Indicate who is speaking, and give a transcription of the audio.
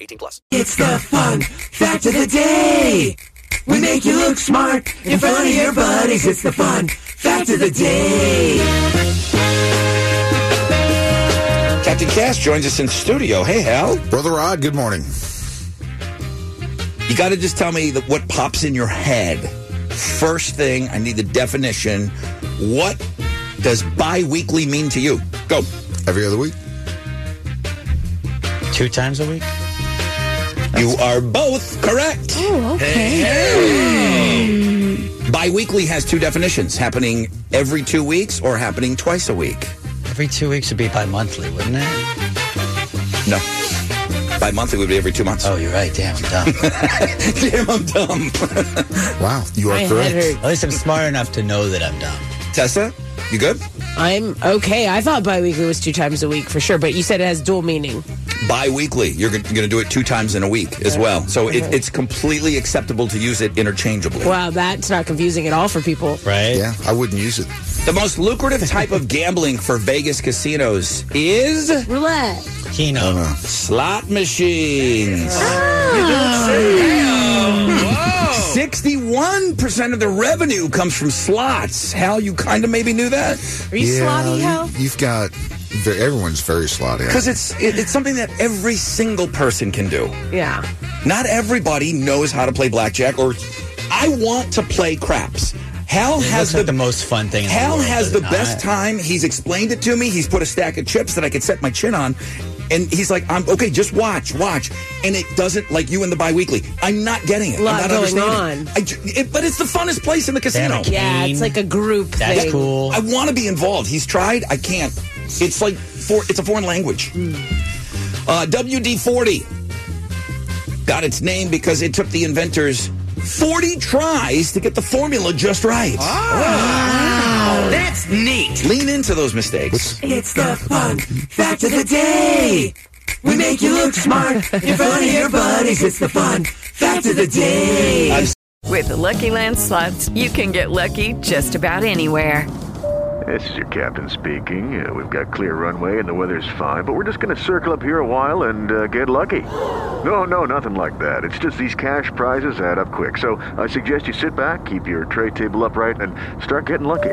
Speaker 1: 18 plus.
Speaker 2: It's the fun fact of the day. We make you look smart in front of your buddies. It's the fun fact of the day.
Speaker 3: Captain Cash joins us in studio. Hey, Hal.
Speaker 4: Brother Rod, good morning.
Speaker 3: You got to just tell me the, what pops in your head. First thing, I need the definition. What does bi weekly mean to you? Go.
Speaker 4: Every other week?
Speaker 5: Two times a week?
Speaker 3: You are both correct.
Speaker 6: Oh, okay.
Speaker 3: Bi weekly has two definitions happening every two weeks or happening twice a week.
Speaker 5: Every two weeks would be bi monthly, wouldn't it?
Speaker 3: No. Bi monthly would be every two months.
Speaker 5: Oh, you're right. Damn, I'm dumb.
Speaker 3: Damn, I'm dumb.
Speaker 4: Wow, you are
Speaker 6: My
Speaker 4: correct.
Speaker 6: head hurts.
Speaker 5: At least I'm smart enough to know that I'm dumb.
Speaker 3: Tessa, you good?
Speaker 6: I'm okay. I thought biweekly was two times a week for sure, but you said it has dual meaning.
Speaker 3: bi-weekly you're going to do it two times in a week as well so it, it's completely acceptable to use it interchangeably
Speaker 6: Wow, that's not confusing at all for people.
Speaker 5: Right?
Speaker 4: Yeah, I wouldn't use it.
Speaker 3: the most lucrative type of gambling for vegas casinos is
Speaker 6: Roulette.
Speaker 5: Keno.
Speaker 3: slot machines 61% of the revenue comes from slots hal you kind of maybe knew that
Speaker 6: Are you
Speaker 4: yeah,
Speaker 6: sloppy,
Speaker 4: you-
Speaker 6: hell?
Speaker 4: You've got, ve- everyone's very slotty.
Speaker 3: because it's it, it's something that every single person can do
Speaker 6: Yeah.
Speaker 3: not everybody knows how to play blackjack or i want to play craps hal
Speaker 5: It looks
Speaker 3: has the
Speaker 5: like the most fun thing in the
Speaker 3: Hal
Speaker 5: world,
Speaker 3: has
Speaker 5: does
Speaker 3: the
Speaker 5: it
Speaker 3: best
Speaker 5: not?
Speaker 3: time. He's explained it to me. He's put a stack of chips that I could set my chin on. And he's like, I'm okay, just watch, watch. And it doesn't like you in the biweekly. I'm not getting it.
Speaker 6: Lot
Speaker 3: I'm not
Speaker 6: going
Speaker 3: understanding.
Speaker 6: on.
Speaker 3: I ju- it- but it's the funnest place in the casino.
Speaker 5: it, Kate.
Speaker 6: Yeah,
Speaker 5: Mean.
Speaker 6: it's like a group
Speaker 5: That's
Speaker 6: thing.
Speaker 5: cool.
Speaker 3: I want to be involved. He's tried. I can't. It's like for it's a foreign language. Uh, WD forty got its name because it took the inventors forty tries to get the formula just right.
Speaker 2: Ah. That's neat.
Speaker 3: Lean into those mistakes.
Speaker 2: It's the fun fact of the day. We make you look smart in front of your buddies. It's the fun fact of the day.
Speaker 7: With the Lucky Land slots, you can get lucky just about anywhere.
Speaker 8: This is your captain speaking. Uh, we've got clear runway and the weather's fine, but we're just going to circle up here a while and uh, get lucky. No, no, nothing like that. It's just these cash prizes add up quick. So I suggest you sit back, keep your tray table upright, and start getting lucky.